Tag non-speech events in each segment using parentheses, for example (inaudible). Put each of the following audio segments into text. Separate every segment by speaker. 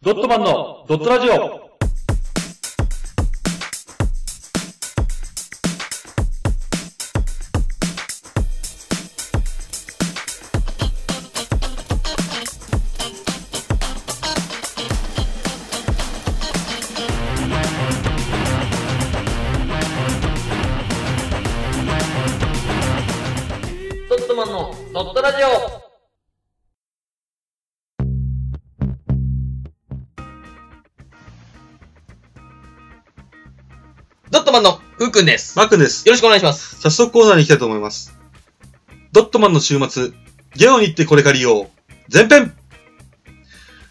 Speaker 1: ドットマンのドットラジオ
Speaker 2: ドットマンのドットラジオドットマンのふうくんです。よ
Speaker 3: マー君です。
Speaker 2: ろしくお願いします。
Speaker 3: 早速コーナーに行きたいと思います。ドットマンの週末、ゲオに行ってこれ借りよう。前編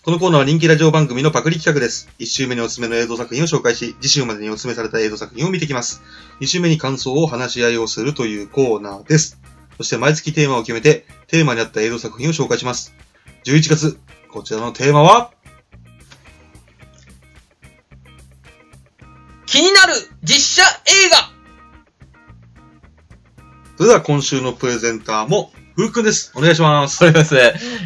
Speaker 3: このコーナーは人気ラジオ番組のパクリ企画です。1週目におすすめの映像作品を紹介し、次週までにおすすめされた映像作品を見てきます。2週目に感想を話し合いをするというコーナーです。そして毎月テーマを決めて、テーマに合った映像作品を紹介します。11月、こちらのテーマは、
Speaker 2: 気になる実写映
Speaker 3: それでは今週のプレゼンターも、ふうくんです。お願いします。
Speaker 2: 画ます。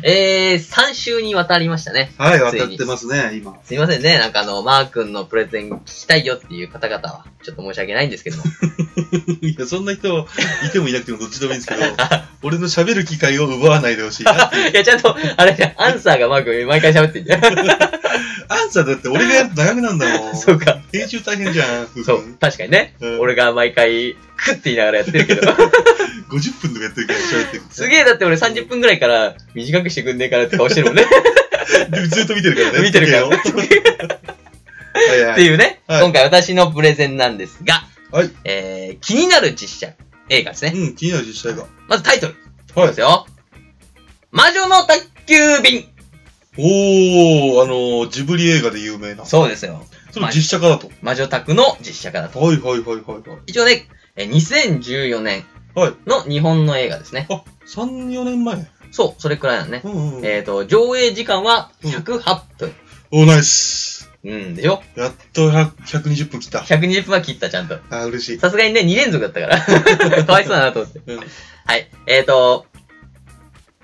Speaker 2: えー、3週にわたりましたね。
Speaker 3: はい、
Speaker 2: つい
Speaker 3: 渡っ
Speaker 2: に
Speaker 3: てますね、今。 (laughs)
Speaker 2: すいませんね。なんかあの、マー君のプレゼン聞きたいよっていう方々は、ちょっと申し訳ないんですけど
Speaker 3: (laughs)
Speaker 2: も。
Speaker 3: いや、そんな人、いてもいなくてもどっちでもいいんですけど、俺の喋る機会を奪わないでほしいな。
Speaker 2: いや、ちゃんと、あれじゃん、アンサーがマー君毎回喋ってんじゃん。
Speaker 3: アンサーだって俺がやると長くなんだもん。
Speaker 2: そうか。
Speaker 3: 編集大変じゃん、ふう
Speaker 2: そう
Speaker 3: 君、
Speaker 2: 確かにね。
Speaker 3: うん
Speaker 2: 俺が毎回、クッて言いながらやって
Speaker 3: (laughs)
Speaker 2: るけど。
Speaker 3: 50分とかやってるから喋ってる。
Speaker 2: すげえ、だって俺30分くらいから短くしてくんねえからって顔してるもんね。
Speaker 3: でずっと見てるからね。
Speaker 2: (laughs) 見てるから
Speaker 3: 時
Speaker 2: (laughs)
Speaker 3: 計をはい
Speaker 2: っ
Speaker 3: は
Speaker 2: て
Speaker 3: い。
Speaker 2: いうね、
Speaker 3: はい
Speaker 2: 今回私のプレゼンなんですが、
Speaker 3: はい
Speaker 2: えー、気になる実写映画ですね。
Speaker 3: うん、気になる実写が。
Speaker 2: まずタイトル。
Speaker 3: は
Speaker 2: ですよ。魔女の宅急便。
Speaker 3: い。おー、あのー、ジブリ映画で有名な。そ
Speaker 2: そうですよ。
Speaker 3: れ実写化だと。
Speaker 2: 魔女宅の実写化だと。
Speaker 3: はいはいはいはいはい。
Speaker 2: 一応ね、えー2014年
Speaker 3: はい
Speaker 2: の日本の映画ですね。
Speaker 3: あ、3、4年前。
Speaker 2: そう、それくらいなのね
Speaker 3: う。んうん。
Speaker 2: えーと、上映時間は108分。
Speaker 3: おー、ナイス。
Speaker 2: うん、でしょ
Speaker 3: やっと100 120分来た。
Speaker 2: ?120 分は切った、ちゃんと。
Speaker 3: あー、嬉しい。
Speaker 2: さすがにね、2連続だったから。 (laughs) かわいそうだなと思って。
Speaker 3: うん
Speaker 2: はい。えーと、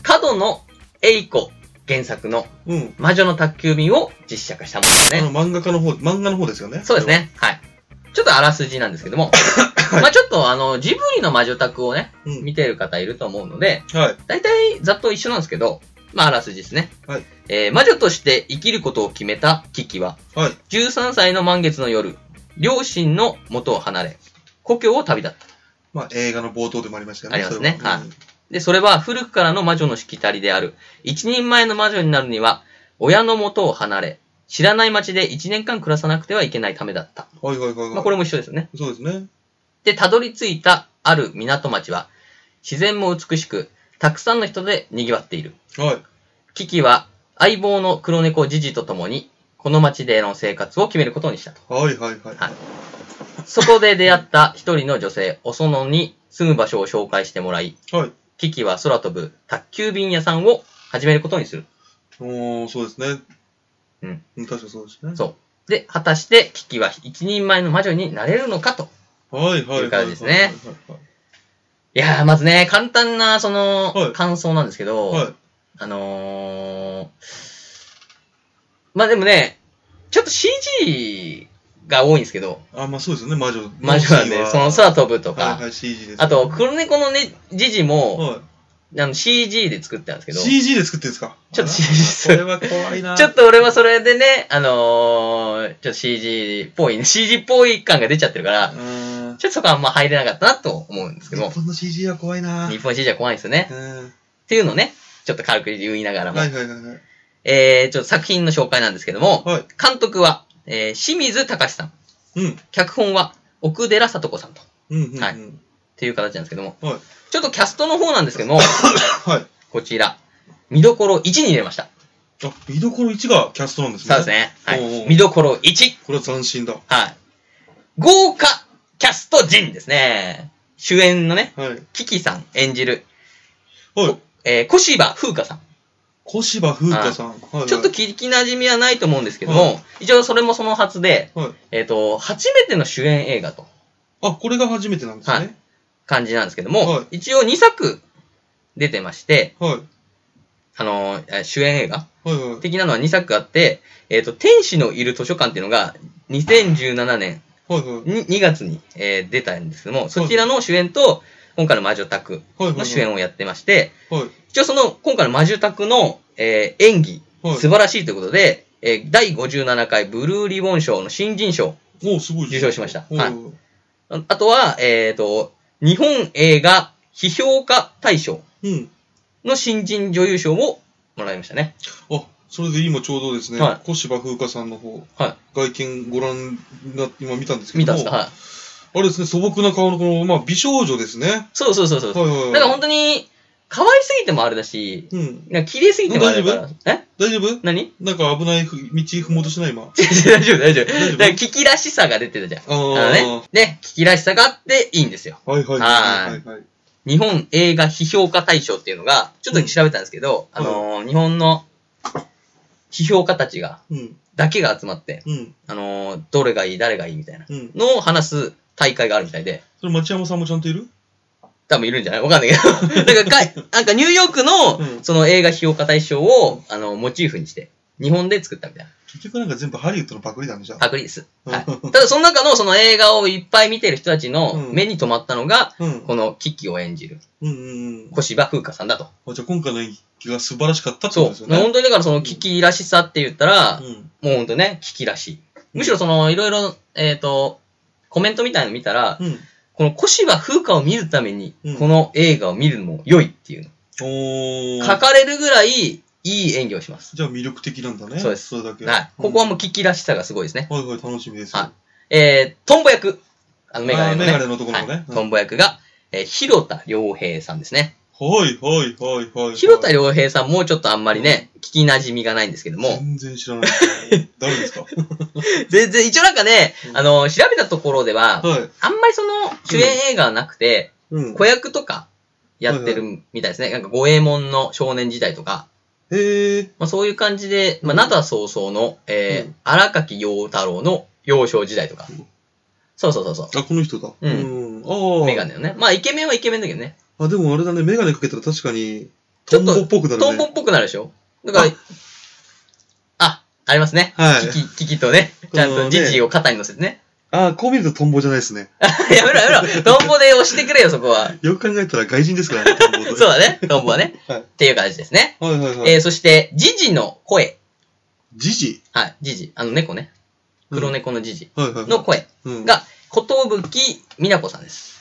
Speaker 2: 角野栄子原作の
Speaker 3: うん。
Speaker 2: 魔女の宅急便を実写化したものです
Speaker 3: あ
Speaker 2: ね。
Speaker 3: の漫画家の方、漫画の方ですよね。
Speaker 2: そうですね。はい。ちょっとあらすじなんですけども。まあちょっとあの、ジブリの魔女宅をね、
Speaker 3: うん。
Speaker 2: 見てる方いると思うので、
Speaker 3: はい。
Speaker 2: 大体ざっと一緒なんですけど、まああらすじですね。
Speaker 3: はい。
Speaker 2: えー魔女として生きることを決めたキキは、
Speaker 3: はい。
Speaker 2: 13歳の満月の夜、両親の元を離れ、故郷を旅立った。
Speaker 3: まあ、映画の冒頭でもありましたよね。
Speaker 2: ありますね
Speaker 3: それ
Speaker 2: はいで、それは古くからの魔女のしきたりである。一人前の魔女になるには、親の元を離れ、知らない町で一年間暮らさなくてはいけないためだった。
Speaker 3: はいはいはいはい。
Speaker 2: まあ、これも一緒ですよね。
Speaker 3: そうですね。
Speaker 2: で、たどり着いたある港町は、自然も美しく、たくさんの人で賑わっている。
Speaker 3: はい。
Speaker 2: キキは、相棒の黒猫ジジと共に、この町での生活を決めることにしたと。
Speaker 3: はいはいはい。
Speaker 2: はいそこで出会った一人の女性、おそのに住む場所を紹介してもらい、
Speaker 3: はい。
Speaker 2: キキは空飛ぶ宅急便屋さんを始めることにする。
Speaker 3: おー、そうですね。
Speaker 2: うん。
Speaker 3: 確かそうですね。
Speaker 2: そう。で、果たして、キキは一人前の魔女になれるのかと。
Speaker 3: はいはいはい。
Speaker 2: っていう感じですね
Speaker 3: はい
Speaker 2: いやー、まずね、簡単な、その、
Speaker 3: はい
Speaker 2: 感想なんですけど、
Speaker 3: はいはい。はい。
Speaker 2: あのー、まあでもね、ちょっと CG が多いんですけど、
Speaker 3: あ、まあそうですよね、魔女。
Speaker 2: 魔女なんで、その空飛ぶとか、
Speaker 3: はいはい、CG です。
Speaker 2: あと、黒猫のね、ジジも、
Speaker 3: は
Speaker 2: あの CG で作ったんですけ
Speaker 3: い。
Speaker 2: ど、
Speaker 3: CG で作ってるんですか
Speaker 2: ちょっと
Speaker 3: あ
Speaker 2: CG
Speaker 3: らこれは怖いな。
Speaker 2: (laughs) ちょっと俺はそれでね、あのー、ちょっと CG っぽい、ね、CG (laughs) っぽい感が出ちゃってるから
Speaker 3: う、ーん。
Speaker 2: ちょっとそこはあんま入れなかったなと思うんですけ
Speaker 3: 日
Speaker 2: ど、
Speaker 3: 本の CG は怖いな。
Speaker 2: 日本史じゃ怖いですよね。
Speaker 3: うん。
Speaker 2: っていうのをね、ちょっと軽く言いながらも。
Speaker 3: はいはいはいはい。
Speaker 2: えー、ちょっと作品の紹介なんですけども、
Speaker 3: はい。
Speaker 2: 監督は、えー、清水隆さん。
Speaker 3: うん。
Speaker 2: 脚本は、奥寺聡子さんと。っ
Speaker 3: うんうんうん。
Speaker 2: は
Speaker 3: はいい。
Speaker 2: ていう形なんですけども。
Speaker 3: はい。
Speaker 2: ちょっとキャストの方なんですけど
Speaker 3: (laughs)
Speaker 2: も、
Speaker 3: はい。
Speaker 2: こちら。見どころ1に入れました。
Speaker 3: あ、見どころ1がキャストなんですね。
Speaker 2: そうです。ね。は
Speaker 3: おうお
Speaker 2: い。
Speaker 3: う
Speaker 2: 見どころ1。
Speaker 3: これは斬新だ。
Speaker 2: はい。豪華キャスト陣ですね。主演のね、
Speaker 3: はい。
Speaker 2: キキさん演じる、
Speaker 3: はい。
Speaker 2: えー、小芝風花さん。
Speaker 3: 小芝風花さん。はいはい
Speaker 2: ちょっと聞き馴染みはないと思うんですけども、
Speaker 3: は
Speaker 2: 一応それもそのはずで、
Speaker 3: はい。
Speaker 2: えっ、と、初めての主演映画と
Speaker 3: あ、これが初めてなんですね。
Speaker 2: 感じなんですけども、
Speaker 3: はい
Speaker 2: 一応2作出てまして、
Speaker 3: はい。
Speaker 2: あの、え主演映画
Speaker 3: はいはい。
Speaker 2: 的なのは2作あって、えっ、と、天使のいる図書館っていうのが、2017年
Speaker 3: はいはい。
Speaker 2: に2月に、えー出たんですけども、そちらの主演と、今回の魔女宅
Speaker 3: はいはいは
Speaker 2: の
Speaker 3: い。
Speaker 2: 主演をやってまして、
Speaker 3: はい。
Speaker 2: 一応その、今回の魔女宅の、えー演技、
Speaker 3: はい。
Speaker 2: 素晴らしいということで、えー第57回ブルーリボン賞の新人賞。
Speaker 3: おーすごいですね
Speaker 2: 受賞しました
Speaker 3: おー
Speaker 2: はいああとは、えっ、と、日本映画批評家大賞
Speaker 3: うん。
Speaker 2: の新人女優賞をもらいましたね。
Speaker 3: あ、それで今ちょうどですね、
Speaker 2: は
Speaker 3: 小芝風花さんの方、
Speaker 2: は
Speaker 3: 外見ご覧にな、今見たんです
Speaker 2: い。
Speaker 3: け
Speaker 2: 見
Speaker 3: ども、
Speaker 2: たんですか
Speaker 3: あ
Speaker 2: はい。
Speaker 3: れですね、素朴な顔のこの、まあ、美少女ですね。は
Speaker 2: そうそうそうそ。
Speaker 3: いうはいはい。
Speaker 2: だから本当に、可愛すぎてもあれだし、
Speaker 3: うん。
Speaker 2: なんか綺麗すぎてもあれだから。え
Speaker 3: 大丈夫
Speaker 2: 何
Speaker 3: なんか危ないふ道踏もうとしない今。
Speaker 2: (laughs) 大丈夫、大丈夫。だ
Speaker 3: 丈夫
Speaker 2: から聞きらしさが出てたじゃん。
Speaker 3: あ
Speaker 2: あ
Speaker 3: あ、
Speaker 2: のね。ね、聞きらしさがあっていいんですよ。
Speaker 3: はいはいはいはいはい。
Speaker 2: 日本映画批評家大賞っていうのが、ちょっと調べたんですけど、あのー日本の批評家たちが、
Speaker 3: うん、
Speaker 2: だけが集まって、
Speaker 3: うん、
Speaker 2: あのーどれがいい、誰がいいみたいな
Speaker 3: うん。
Speaker 2: のを話す大会があるみたいで、
Speaker 3: それ町山さんもちゃんといる
Speaker 2: 多分いるんじゃないわかんないけ
Speaker 3: (laughs)
Speaker 2: ど。なんかか、なんかニューヨーク
Speaker 3: うん
Speaker 2: の、その映画批評家大賞を、あの、モチーフにして、日本で作ったみたいな。
Speaker 3: 結局なんか全部ハリウッドのパクリだね、じゃあ。
Speaker 2: パクリです。はい。ただその中のその映画をいっぱい見てる人たちの
Speaker 3: うん
Speaker 2: 目に留まったのが、
Speaker 3: うん。
Speaker 2: このキキを演じる
Speaker 3: うんうん
Speaker 2: 小芝風花さんだと。
Speaker 3: うん。じゃあ今回の演技が素晴らしかったってこと
Speaker 2: そ
Speaker 3: です
Speaker 2: う。
Speaker 3: よね。
Speaker 2: 本当にだからそのキキらしさって言ったら、
Speaker 3: うん。
Speaker 2: もう本当ね、キキらしい。むしろその、いろいろ、えっ、と、コメントみたいの見たら、
Speaker 3: うん。
Speaker 2: この小芝風花を見るために
Speaker 3: うん、
Speaker 2: この映画を見るのも良いっていう
Speaker 3: お
Speaker 2: の。
Speaker 3: ー。
Speaker 2: 書かれるぐらいいい演技をします。
Speaker 3: じゃあ魅力的なんだね。
Speaker 2: そうです
Speaker 3: それだけ。
Speaker 2: はい。ここはもうキキらしさがすごいですね。
Speaker 3: うん。はいはい、楽しみです。
Speaker 2: はいえー、トンボ役。あの、メガ
Speaker 3: あ
Speaker 2: ネの
Speaker 3: ー
Speaker 2: ね。
Speaker 3: メガネのところのね
Speaker 2: はい
Speaker 3: うん
Speaker 2: トンボ役が、えー、広田良平さんですね。
Speaker 3: はいはいはいはいはい。
Speaker 2: 広田良平さんもうちょっとあんまりね、聞き馴染みがないんですけども、
Speaker 3: 全然知らない。誰ですか
Speaker 2: 全然、一応なんかね
Speaker 3: う、ん
Speaker 2: あの、調べたところでは、
Speaker 3: はい。
Speaker 2: (laughs) あんまりその、主演映画はなくて、
Speaker 3: うん。
Speaker 2: 子役とか、やってるみたいですね。なんか、五右衛門の少年時代とか、
Speaker 3: へえ。
Speaker 2: まあそういう感じで、まあ、
Speaker 3: うん
Speaker 2: 灘早々の、え
Speaker 3: う
Speaker 2: ー
Speaker 3: ん、
Speaker 2: 荒垣陽太郎の幼少時代とか
Speaker 3: うん。
Speaker 2: そうそうそうそ
Speaker 3: あ、この人だ。
Speaker 2: うん
Speaker 3: ん。あ
Speaker 2: う。
Speaker 3: あ。
Speaker 2: メガネのね。まあ、イケメンはイケメンだけどね。
Speaker 3: あ、でもあれだね、メガネかけたら確かに、
Speaker 2: ち
Speaker 3: ト
Speaker 2: ょ
Speaker 3: ン
Speaker 2: っと
Speaker 3: ボっぽくなるね。
Speaker 2: トンボっぽくなるでしょだから
Speaker 3: あ、
Speaker 2: あ、ありますね。
Speaker 3: はい
Speaker 2: キキ、キキとね、ちゃん
Speaker 3: このね
Speaker 2: とジジを肩に乗せてね。 (laughs)
Speaker 3: あーこう見るとトンボじゃないですね。
Speaker 2: やめろやめろ。トンボで押してくれよ、そこは。
Speaker 3: よく考えたら外人ですから
Speaker 2: (laughs)
Speaker 3: ね、トンボ
Speaker 2: そう
Speaker 3: と
Speaker 2: だね、トンボはね。
Speaker 3: はい
Speaker 2: っていう感じですね。
Speaker 3: はいはいはい。
Speaker 2: えー、そして、ジジの声。
Speaker 3: ジジ。
Speaker 2: はい、ジジ。あの猫ね。黒猫のジジ
Speaker 3: はいはいはい。
Speaker 2: の声
Speaker 3: うん、
Speaker 2: が、ことぶきみなこさんです。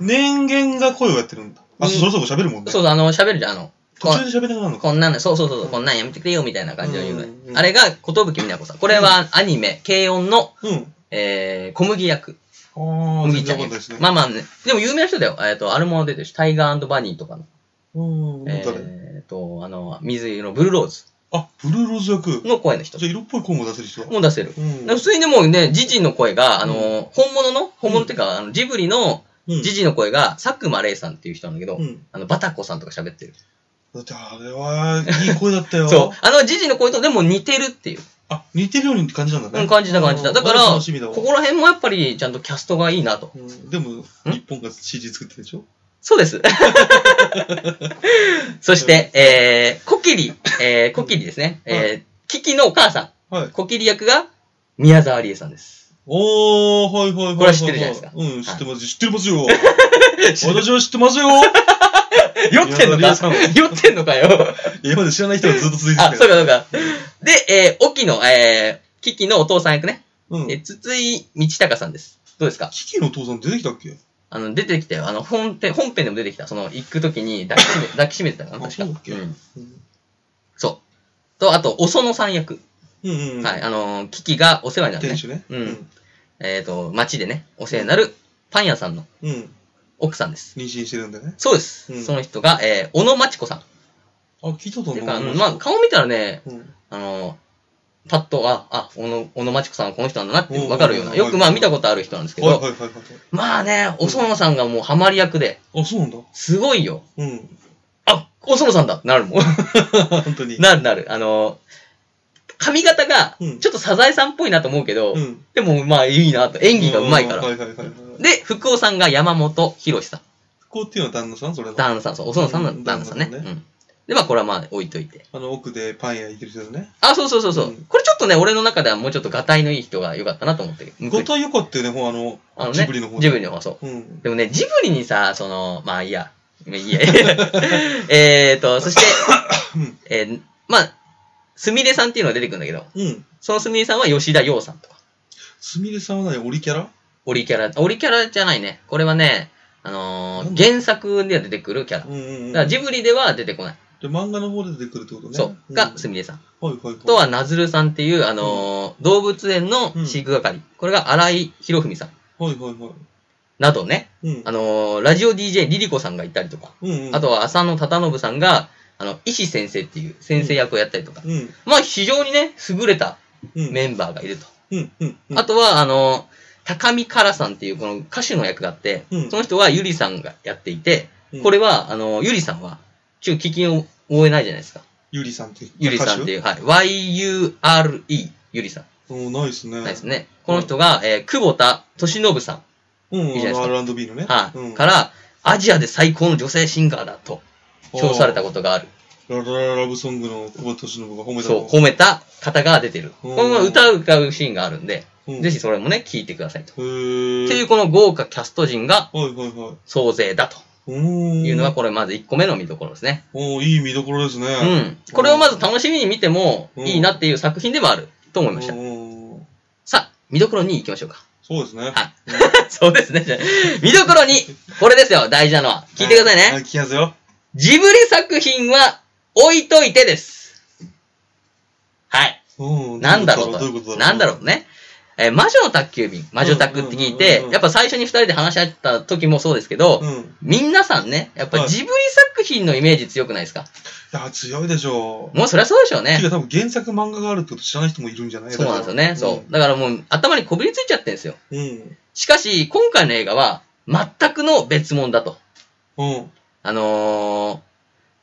Speaker 3: 年限が声をやってるんだ。あ、
Speaker 2: うん
Speaker 3: そろそろ喋るもんね。
Speaker 2: そうだ、あの、喋るじゃん、あの、
Speaker 3: 途中で喋れなくなるのか。
Speaker 2: こんなんそうそうそう、こんなんやめてくれよ、みたいな感じの言うのね
Speaker 3: うんうん
Speaker 2: あれが、ことぶきみなこさん。これは、アニメ、軽音の、
Speaker 3: うん。
Speaker 2: えー、小麦役。
Speaker 3: ああ、
Speaker 2: 麦
Speaker 3: 全
Speaker 2: ちゃ
Speaker 3: 然
Speaker 2: ん
Speaker 3: わか
Speaker 2: 役
Speaker 3: んないですね。
Speaker 2: まあまあね。でも有名な人だよ。えっ、と、あれも出てるし、タイガーバニーとかの。
Speaker 3: うん、
Speaker 2: え
Speaker 3: 誰
Speaker 2: っ、と、あの、水色のブルーローズ
Speaker 3: あ、ブルーローズ役。
Speaker 2: の声の人
Speaker 3: じゃあ色っぽい声も出せる人だ。
Speaker 2: も出せる。
Speaker 3: うん。
Speaker 2: 普通にでもね、ジジの声が、あの、本物の、本物っていうか、あのジブリの
Speaker 3: うん
Speaker 2: ジジの声が、佐久間玲さんっていう人なんだけど、
Speaker 3: うん。
Speaker 2: あの、バタコさんとか喋ってる。
Speaker 3: だってあれは、いい声だったよ。
Speaker 2: そう。。あの、ジジの声とでも似てるっていう。
Speaker 3: あ、似てるように感じなんだ
Speaker 2: う
Speaker 3: ね。
Speaker 2: ん、感じた感じた。だか
Speaker 3: あれ
Speaker 2: ら、こ
Speaker 3: 楽しみだわ。
Speaker 2: こら辺もやっぱりちゃんとキャストがいいなと。
Speaker 3: うんでも、日本が CG 作ってるでしょ
Speaker 2: そうです。そして、えー、コキリ、えー、コキリですね。
Speaker 3: は
Speaker 2: えー、キキのお母さ
Speaker 3: はい
Speaker 2: ん、。コキリ役が宮沢りえさんです。
Speaker 3: おー、はいはいはいはい。
Speaker 2: これは知ってるじゃないですか
Speaker 3: うん、知
Speaker 2: はい
Speaker 3: ってます。知ってます
Speaker 2: (laughs)
Speaker 3: よ。私は知ってますよ。
Speaker 2: 酔ってんの
Speaker 3: 宮沢り
Speaker 2: (laughs)
Speaker 3: え
Speaker 2: か
Speaker 3: さんは
Speaker 2: 酔ってんのかよ。
Speaker 3: 今まで知らない人がずっと続いてた
Speaker 2: あ、
Speaker 3: よ
Speaker 2: そうかそうか。で、えー、沖の、えー、キキのお父さん役ね。
Speaker 3: うん
Speaker 2: え。ー、筒井道隆さんです。どうですか
Speaker 3: キキのお父さん出てきたっけ
Speaker 2: あの、出てきたよ。あの、本編、本編でも出てきた。その、行くときに抱きしめ、抱きしめてたかな、確か。
Speaker 3: あそうだっけう
Speaker 2: ん。
Speaker 3: ん
Speaker 2: そう。と、あと、お園さん役。
Speaker 3: うんうん。
Speaker 2: はい。あのー、キキがお世話になるね
Speaker 3: 店。主ね。
Speaker 2: うん。えっ、と、町でね、お世話になるパン屋さんの
Speaker 3: うん。妊
Speaker 2: 奥さんです。
Speaker 3: 娠してるんだね。
Speaker 2: そうです。
Speaker 3: うん
Speaker 2: その人が、えー、小野町子さん。
Speaker 3: あ、聞いたと
Speaker 2: て
Speaker 3: 思う。
Speaker 2: か、うんまあ、顔見たらね、
Speaker 3: うん
Speaker 2: あのー、パッと、あ、あ、小野、小野町子さんはこの人なんだなっ
Speaker 3: お
Speaker 2: て
Speaker 3: う
Speaker 2: わかるよう
Speaker 3: お
Speaker 2: な。
Speaker 3: う
Speaker 2: よくまあ見たことある人なんですけ
Speaker 3: はいは
Speaker 2: ど、
Speaker 3: いはいはい。
Speaker 2: まあね、お園さんがもうハマり役で、
Speaker 3: あ、そうなんだ。
Speaker 2: すごいよ。
Speaker 3: うん。
Speaker 2: あ、お園さんだってなるも
Speaker 3: (laughs)
Speaker 2: ん。
Speaker 3: 本当に。
Speaker 2: (laughs) なるなる。あのー、髪型が
Speaker 3: うん、
Speaker 2: ちょっとサザエさんっぽいなと思うけど、
Speaker 3: うん。
Speaker 2: でもまあいいなと、演技がうまい
Speaker 3: ん
Speaker 2: か
Speaker 3: は
Speaker 2: ら。
Speaker 3: いはいはいはい。
Speaker 2: で、福尾さんが山本博さん。
Speaker 3: こうっていうのは旦那さんそれの。
Speaker 2: 旦那さん、そう、お園さん
Speaker 3: う
Speaker 2: の
Speaker 3: ん
Speaker 2: 旦那さんね。
Speaker 3: 旦那
Speaker 2: うんで、まあこれはまあ置いといて。
Speaker 3: あの、奥でパン屋行ってる人ですね。
Speaker 2: あ、そうそうそうそう。
Speaker 3: うん
Speaker 2: これちょっとね、俺の中ではもうちょっとガタイのいい人が良かったなと思ってる。
Speaker 3: 後藤由子っていうね、ほうあの、
Speaker 2: あのね
Speaker 3: ジブリの方
Speaker 2: ジブリの方、そう。
Speaker 3: うん。
Speaker 2: でもね、ジブリにさ、その、まあいいや。まあいいや。 (laughs) えーと、
Speaker 3: (coughs)
Speaker 2: そして、
Speaker 3: うん
Speaker 2: えーまあ、すみれさんっていうのが出てくるんだけど、
Speaker 3: うん。
Speaker 2: そのすみれさんは吉田洋さんとか。
Speaker 3: すみれさんは何オリキャラ
Speaker 2: オリキャラ、オリキャラじゃないね。これはね、あのー
Speaker 3: なんだ
Speaker 2: 原作では出てくるキャラ。
Speaker 3: うんうんうん。
Speaker 2: だからジブリでは出てこない。
Speaker 3: で、漫画の方で出てくるってことね。
Speaker 2: そう。が、す
Speaker 3: み
Speaker 2: みれさん。
Speaker 3: はいはいはい。
Speaker 2: とは、なずるさんっていう、あのー動物園の飼育係。これが荒井博文さん。
Speaker 3: はいはいは
Speaker 2: などね、
Speaker 3: い。うん
Speaker 2: あ。のーラジオ DJ リリコさんがいたりとか、
Speaker 3: うんうん。
Speaker 2: あと、は浅野忠信さんが、あの、医師先生っていう先生役をやったりとか。
Speaker 3: うん。
Speaker 2: まあ、非常にね、優れた
Speaker 3: うん。
Speaker 2: メンバーがいると。
Speaker 3: うんうんうん。
Speaker 2: あとは、あの、高見からさんっていうこの歌手の役があって、
Speaker 3: うん
Speaker 2: その人はゆりさんがやっていて、
Speaker 3: うん
Speaker 2: これは、あの、ゆりさんは、ちょっと聞きを覚えないじゃないですか。
Speaker 3: ゆりさんって。
Speaker 2: ゆりさんって
Speaker 3: う。
Speaker 2: いう、はい。YURE、ゆりさん。
Speaker 3: おないっすね。
Speaker 2: ないです。ね。この人が、えー久保田敏信さん、
Speaker 3: うん、
Speaker 2: いいじゃないですか
Speaker 3: あの R&B のね。
Speaker 2: はい
Speaker 3: うん
Speaker 2: から、アジアで最高の女性シンガーだと、称されたことがある。
Speaker 3: ララララブソングの久保田敏信が褒めた
Speaker 2: そう、褒めた方が出てる。こ
Speaker 3: うん
Speaker 2: のまま歌う歌うシーンがあるんで、
Speaker 3: う
Speaker 2: ぜ
Speaker 3: ひ。
Speaker 2: ひそれもね、聞いてくださいと。
Speaker 3: へー。
Speaker 2: っていう、この豪華キャスト陣が
Speaker 3: はいはいはい。
Speaker 2: 総勢だと
Speaker 3: うーん。
Speaker 2: いうのが、これまず1個目の見どころですね。
Speaker 3: おーいい見どころですね。
Speaker 2: う。ん。これをまず楽しみに見てもいいなっていう作品でもあると思いました。さあ、見どころに行きましょうか。
Speaker 3: そうですね。
Speaker 2: はい。 (laughs) そうですね。じゃあ見どころにこれですよ、大事なのは。聞いてください
Speaker 3: は
Speaker 2: ね。
Speaker 3: 聞きますよ。
Speaker 2: ジブリ作品は置いといてです。はい。
Speaker 3: うん
Speaker 2: なんだろう
Speaker 3: どいうことだろ
Speaker 2: と。
Speaker 3: う
Speaker 2: なんだろうね。えー魔女の宅急便、魔女宅って
Speaker 3: う
Speaker 2: 聞い
Speaker 3: んうんうんうん
Speaker 2: て
Speaker 3: う、ん
Speaker 2: やっぱ最初に二人で話し合った時もそうですけど、
Speaker 3: うん。い
Speaker 2: 皆さんね、やっぱ
Speaker 3: はい
Speaker 2: ジブリ作品のイメージ強くないですか
Speaker 3: や、強いでしょう。
Speaker 2: もうそりゃそうでしょう
Speaker 3: て
Speaker 2: ね
Speaker 3: か。多分原作漫画があるってこと知らない人もいるんじゃない
Speaker 2: そうなんですよね。そう。だからもう頭にこびりついちゃってるんですよ。
Speaker 3: う。うん。
Speaker 2: しかし、今回の映画は全くの別物だと。
Speaker 3: うん。
Speaker 2: あの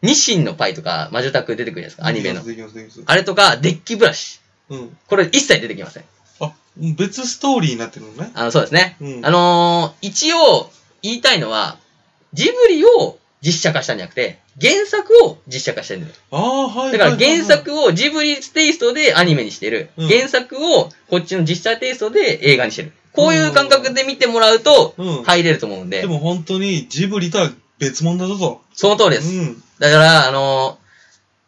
Speaker 2: ー、ニシンのパイとか魔女宅出てくるじゃないですか、アニメの。
Speaker 3: できます、できます。できま
Speaker 2: あれとか、デッキブラシ。
Speaker 3: すうん。
Speaker 2: これ一切出てきません。
Speaker 3: あ、別ストーリーになってるのね。
Speaker 2: あの、そうですね。
Speaker 3: うん
Speaker 2: あのー一応、言いたいのは、ジブリを実写化したんじゃなくて、原作を実写化してるんだよ。
Speaker 3: ああ、はい。
Speaker 2: だから
Speaker 3: はいはい
Speaker 2: 原。作をジブリテイストでアニメにしてる。
Speaker 3: うん
Speaker 2: 原作をこっちの実写テイストで映画にしてる。こういう感覚で見てもらうと
Speaker 3: うん。
Speaker 2: 入れると思うんで
Speaker 3: で、も本当にジブリとは別物だぞと。
Speaker 2: その通りで
Speaker 3: う
Speaker 2: す。
Speaker 3: ん。
Speaker 2: だから、あのー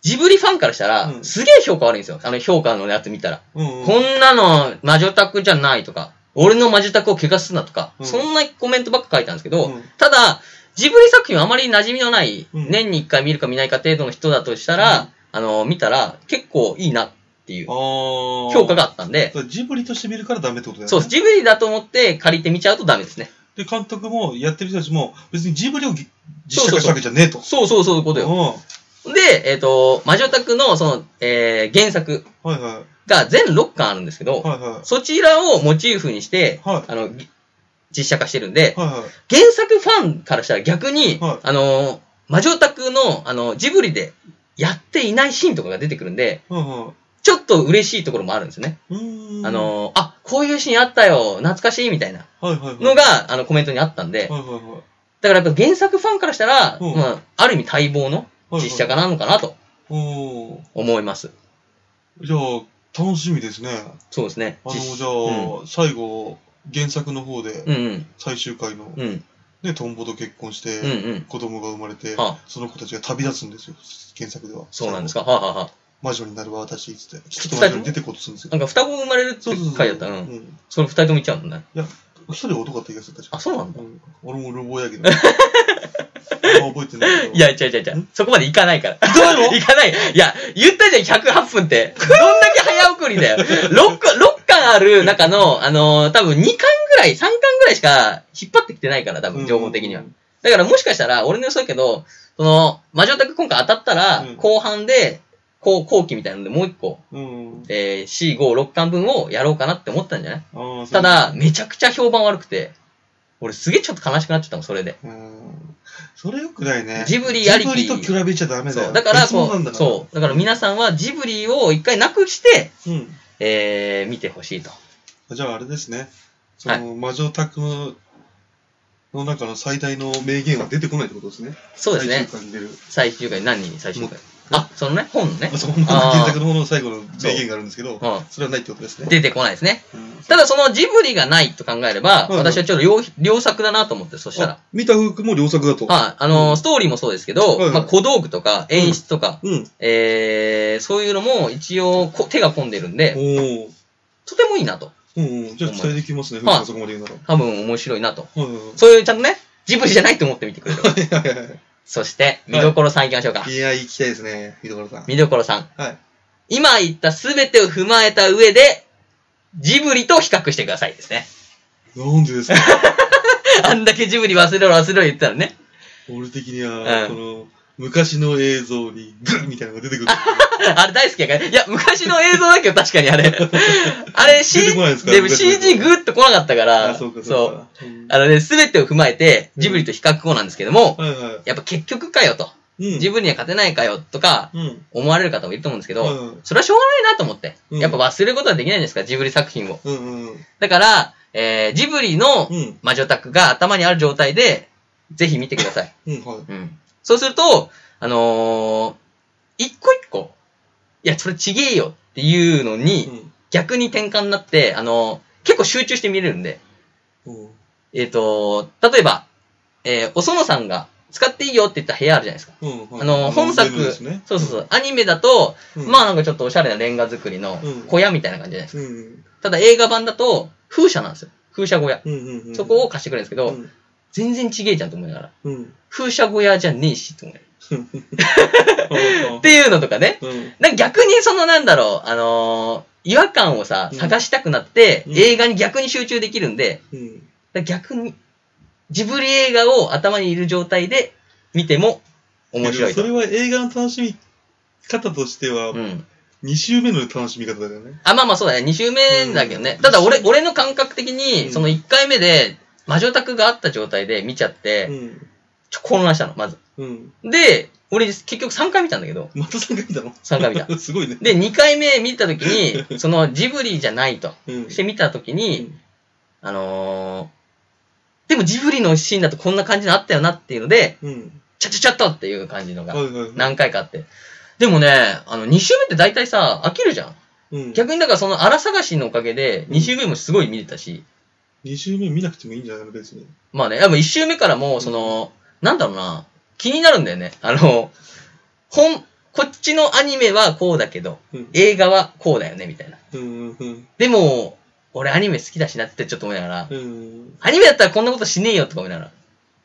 Speaker 2: ジブリファンからしたら
Speaker 3: う、ん
Speaker 2: すげえ評価悪いんですよ。あの評価のやつ見たら。
Speaker 3: うん。
Speaker 2: こんなの魔女宅じゃないとか、俺の魔女宅を怪我すなとか、
Speaker 3: うん
Speaker 2: そんなコメントばっか書いたんですけど、
Speaker 3: うん
Speaker 2: ただ、ジブリ作品はあまり馴染みのない、
Speaker 3: うん
Speaker 2: 年に一回見るか見ないか程度の人だとしたら、
Speaker 3: うん
Speaker 2: あの、見たら結構いいなっていう
Speaker 3: ああ。
Speaker 2: 評価があったんで、
Speaker 3: そうジブリとして見るからダメってことだよね。
Speaker 2: そうです。ジブリだと思って借りて見ちゃうとダメですね。
Speaker 3: で、監督もやってる人たちも、別にジブリをぎ実写化したわけじゃねえと。
Speaker 2: そうそうそういうことよ。
Speaker 3: よ。
Speaker 2: で、えっ、と、魔女宅のその、えー原作
Speaker 3: はいは
Speaker 2: が全6巻あるんですけど、
Speaker 3: い。はいは
Speaker 2: そちらをモチーフにして、
Speaker 3: はい
Speaker 2: あの、ぎ実写化してるんで
Speaker 3: い。、はいはい。
Speaker 2: 原作ファンからしたら逆に、
Speaker 3: はい
Speaker 2: あのー、魔女宅の、あの、ジブリでやっていないシーンとかが出てくるんで、
Speaker 3: うんうん
Speaker 2: ちょっと嬉しいところもあるんですね。
Speaker 3: うーん。
Speaker 2: あ、のー、あ、こういうシーンあったよ、懐かしいみたいな
Speaker 3: はいはいはい。
Speaker 2: のが、あの、コメントにあったんで、
Speaker 3: はいはいはい。
Speaker 2: だからやっぱ原作ファンからしたら、
Speaker 3: うん
Speaker 2: まあ、ある意味待望の実写化なのかなと
Speaker 3: おー
Speaker 2: 思います。
Speaker 3: じゃあ、楽しみですね。
Speaker 2: そうですね。
Speaker 3: あの、
Speaker 2: 実
Speaker 3: じゃあ、最後、原作の方で
Speaker 2: う、んうん、
Speaker 3: 最終回の、
Speaker 2: うん、
Speaker 3: ね、トンボと結婚して、
Speaker 2: うん、うん。
Speaker 3: 子供が生まれて、
Speaker 2: はあ
Speaker 3: その子たちが旅立つんですよ、原作では。
Speaker 2: そうなんです
Speaker 3: か。
Speaker 2: か。はあ、はあはあ、
Speaker 3: 魔女になるわ、私、つって。ちょっと魔女に出てこうとするんですよ
Speaker 2: な。んか双子生まれるって
Speaker 3: そ
Speaker 2: 書
Speaker 3: う
Speaker 2: い
Speaker 3: そうそう。
Speaker 2: てあった。
Speaker 3: う
Speaker 2: うん。
Speaker 3: ん。
Speaker 2: その二人ともいっちゃうもんね。
Speaker 3: 一人は男だった気がする、確か
Speaker 2: あ、そうなんだ。
Speaker 3: うん俺もうるぼやけど。あんま覚えてないけど。
Speaker 2: (laughs) いや、違う違う違う。そこまで行かないから。
Speaker 3: 行かないの
Speaker 2: 行か (laughs) ない。いや、言ったじゃん、108分って。どんだけ早送りだよ。6巻、六巻ある中の、あのー多分2巻ぐらい、3巻ぐらいしか引っ張ってきてないから、多
Speaker 3: う
Speaker 2: 分、
Speaker 3: ん
Speaker 2: 情報的には。だからもしかしたら、俺の予想だけど、その、魔女宅今回当たったら
Speaker 3: うん、
Speaker 2: 後半で、後後期みたいなので、もう一個、
Speaker 3: うん。
Speaker 2: えー、4、5、6巻分をやろうかなって思ったんじゃない
Speaker 3: あー
Speaker 2: た、だ、
Speaker 3: そう
Speaker 2: めちゃくちゃ評判悪くて、俺すげえちょっと悲しくなっちゃったもん、それで。
Speaker 3: うん。それよくないね。
Speaker 2: ジブリやりき
Speaker 3: ジブリと比べちゃダメだ
Speaker 2: そ
Speaker 3: よ。
Speaker 2: う。だから、
Speaker 3: 別
Speaker 2: こ
Speaker 3: 物なんだ
Speaker 2: う、
Speaker 3: から
Speaker 2: そう。だから皆さんはジブリを一回なくして、
Speaker 3: うん。
Speaker 2: えー、見てほしいと。
Speaker 3: じゃああれですね。その、魔女宅のの中の最大の名言は出てこないってことですね。
Speaker 2: そうですね
Speaker 3: 最。終回に出る。
Speaker 2: 最終回、何人最終回
Speaker 3: も。
Speaker 2: あ、そのね、本のね
Speaker 3: あ。そこの
Speaker 2: あー
Speaker 3: 原作の方の最後の名言があるんですけど、
Speaker 2: うん
Speaker 3: それはないってことですね。
Speaker 2: 出てこないですね。
Speaker 3: うん
Speaker 2: ただそのジブリがないと考えれば、
Speaker 3: うんうん
Speaker 2: 私はちょっと良良作だなと思って、そしたら
Speaker 3: あ。見た服も良作だと。
Speaker 2: はい、あのーストーリーもそうですけど、
Speaker 3: はいはい
Speaker 2: まあ、小道具とか演出とか、
Speaker 3: うん。
Speaker 2: えー、そういうのも一応こ手が込んでるん
Speaker 3: お
Speaker 2: で、
Speaker 3: ー
Speaker 2: とてもいいなと。
Speaker 3: うんうん。じゃあ期待できますね、
Speaker 2: い
Speaker 3: ふうさんそこまで言うなら。
Speaker 2: 多分面白いなと。
Speaker 3: はいはいはい
Speaker 2: そういうちゃんとね、ジブリじゃないと思ってみてく
Speaker 3: (laughs)
Speaker 2: れる。
Speaker 3: はいはいは
Speaker 2: そして、見どころさん行きましょうか。
Speaker 3: い。いや、行きたいですね、見どころさん。
Speaker 2: 見どころさん。
Speaker 3: はい。
Speaker 2: 今言ったすべてを踏まえた上で、ジブリと比較してくださいですね。 (laughs)
Speaker 3: なんでですか
Speaker 2: あんだけジブリ忘れろ忘れろ言ってたらね。 (laughs)
Speaker 3: 俺的には、
Speaker 2: うん
Speaker 3: この、昔の映像にグッみたいなのが出て
Speaker 2: (laughs)
Speaker 3: くる。
Speaker 2: あれ大好きやから。いや、昔の映像だけど確かに
Speaker 3: (laughs)
Speaker 2: あれ。あれ、
Speaker 3: 出て
Speaker 2: C、
Speaker 3: こないですか
Speaker 2: でも
Speaker 3: 昔の
Speaker 2: CG グッと来なかったから。
Speaker 3: あ、そうか、そうか。うん
Speaker 2: あのね、すべてを踏まえて、ジブリと比較後なんですけども、
Speaker 3: はいは
Speaker 2: やっぱ結局かよと。
Speaker 3: い。うん。
Speaker 2: ジブリには勝てないかよとか、
Speaker 3: うん。
Speaker 2: 思われる方もいると思うんですけど、
Speaker 3: うん
Speaker 2: それはしょうがないなと思って。
Speaker 3: うん
Speaker 2: やっぱ忘れることはできないんですか、ジブリ作品を。
Speaker 3: うんうん。
Speaker 2: だから、えー、ジブリの
Speaker 3: うん。
Speaker 2: 魔女宅が頭にある状態で、ぜひ見てください。
Speaker 3: うん、はい。
Speaker 2: うん。そうすると、あのー、一個一個、いや、それちげえよっていうの
Speaker 3: う
Speaker 2: に、
Speaker 3: ん
Speaker 2: 逆に転換になって、あのー結構集中して見れるんで、
Speaker 3: うん。
Speaker 2: えっ、と、例えば、えーおそのさんが使っていいよって言った部屋あるじゃないですか。
Speaker 3: うんはい
Speaker 2: あの、本作、
Speaker 3: 全部ですね
Speaker 2: そうそうそう、アニメだと、
Speaker 3: うん
Speaker 2: まあなんかちょっとおしゃれなレンガ作りの
Speaker 3: うん
Speaker 2: 小屋みたいな感じじゃないですか。
Speaker 3: うん。
Speaker 2: ただ映画版だと、風車なんですよ。風車小屋。
Speaker 3: うんうんうん。
Speaker 2: そこを貸してくれるんですけど、
Speaker 3: うん
Speaker 2: 全然ちげえじゃんと思いながら。
Speaker 3: うん。
Speaker 2: 風車小屋じゃねえし、と思う。
Speaker 3: うん
Speaker 2: っていうのとかね。
Speaker 3: うん。
Speaker 2: なんか逆にそのなんだろう、あのー違和感をさ、
Speaker 3: うん
Speaker 2: 探したくなって、
Speaker 3: うん
Speaker 2: 映画に逆に集中できるんで、
Speaker 3: うん。
Speaker 2: だから逆に、ジブリ映画を頭にいる状態で見ても面白い
Speaker 3: で
Speaker 2: と。
Speaker 3: もそれは映画の楽しみ方としては
Speaker 2: う、ん。
Speaker 3: 2周目の楽しみ方だよね。
Speaker 2: あ、まあまあそうだね。2週目だけどね。
Speaker 3: うん
Speaker 2: ただ俺、俺の感覚的
Speaker 3: う
Speaker 2: に、
Speaker 3: ん
Speaker 2: その1回目で、魔女宅があった状態で見ちゃって、
Speaker 3: うん。
Speaker 2: ちょ混乱したの、まず。
Speaker 3: うん。
Speaker 2: で、俺結局3回見たんだけど、
Speaker 3: また3回見たの
Speaker 2: 3回見
Speaker 3: (laughs)
Speaker 2: た。
Speaker 3: すごいね。
Speaker 2: で、2回目見た時
Speaker 3: (laughs)
Speaker 2: に、そのジブリじゃないと。
Speaker 3: うん
Speaker 2: して見た時に、
Speaker 3: うん
Speaker 2: あのー、でもジブリのシーンだとこんな感じのあったよなっていうので、
Speaker 3: うん。
Speaker 2: ちゃちゃちゃっとっていう感じのが
Speaker 3: は、いはいはい。
Speaker 2: 何回かあって。でもね、あの、2周目って大体さ、飽きるじゃん。
Speaker 3: うん。
Speaker 2: 逆にだからその荒探しのおかげで、
Speaker 3: うん
Speaker 2: 2周目もすごい見れたし、
Speaker 3: 2周目見なくてもいいんじゃないの別に。
Speaker 2: まあね、でも1周目からもう、その、なんだろうな、気になるんだよね。あの、本、こっちのアニメはこうだけど、
Speaker 3: うん。
Speaker 2: 映画はこうだよね、みたいな。
Speaker 3: うんうん
Speaker 2: でも、俺アニメ好きだしなってちょっと思いながら、
Speaker 3: うん。うん。
Speaker 2: アニメだったらこんなことしねえよとか思いながら。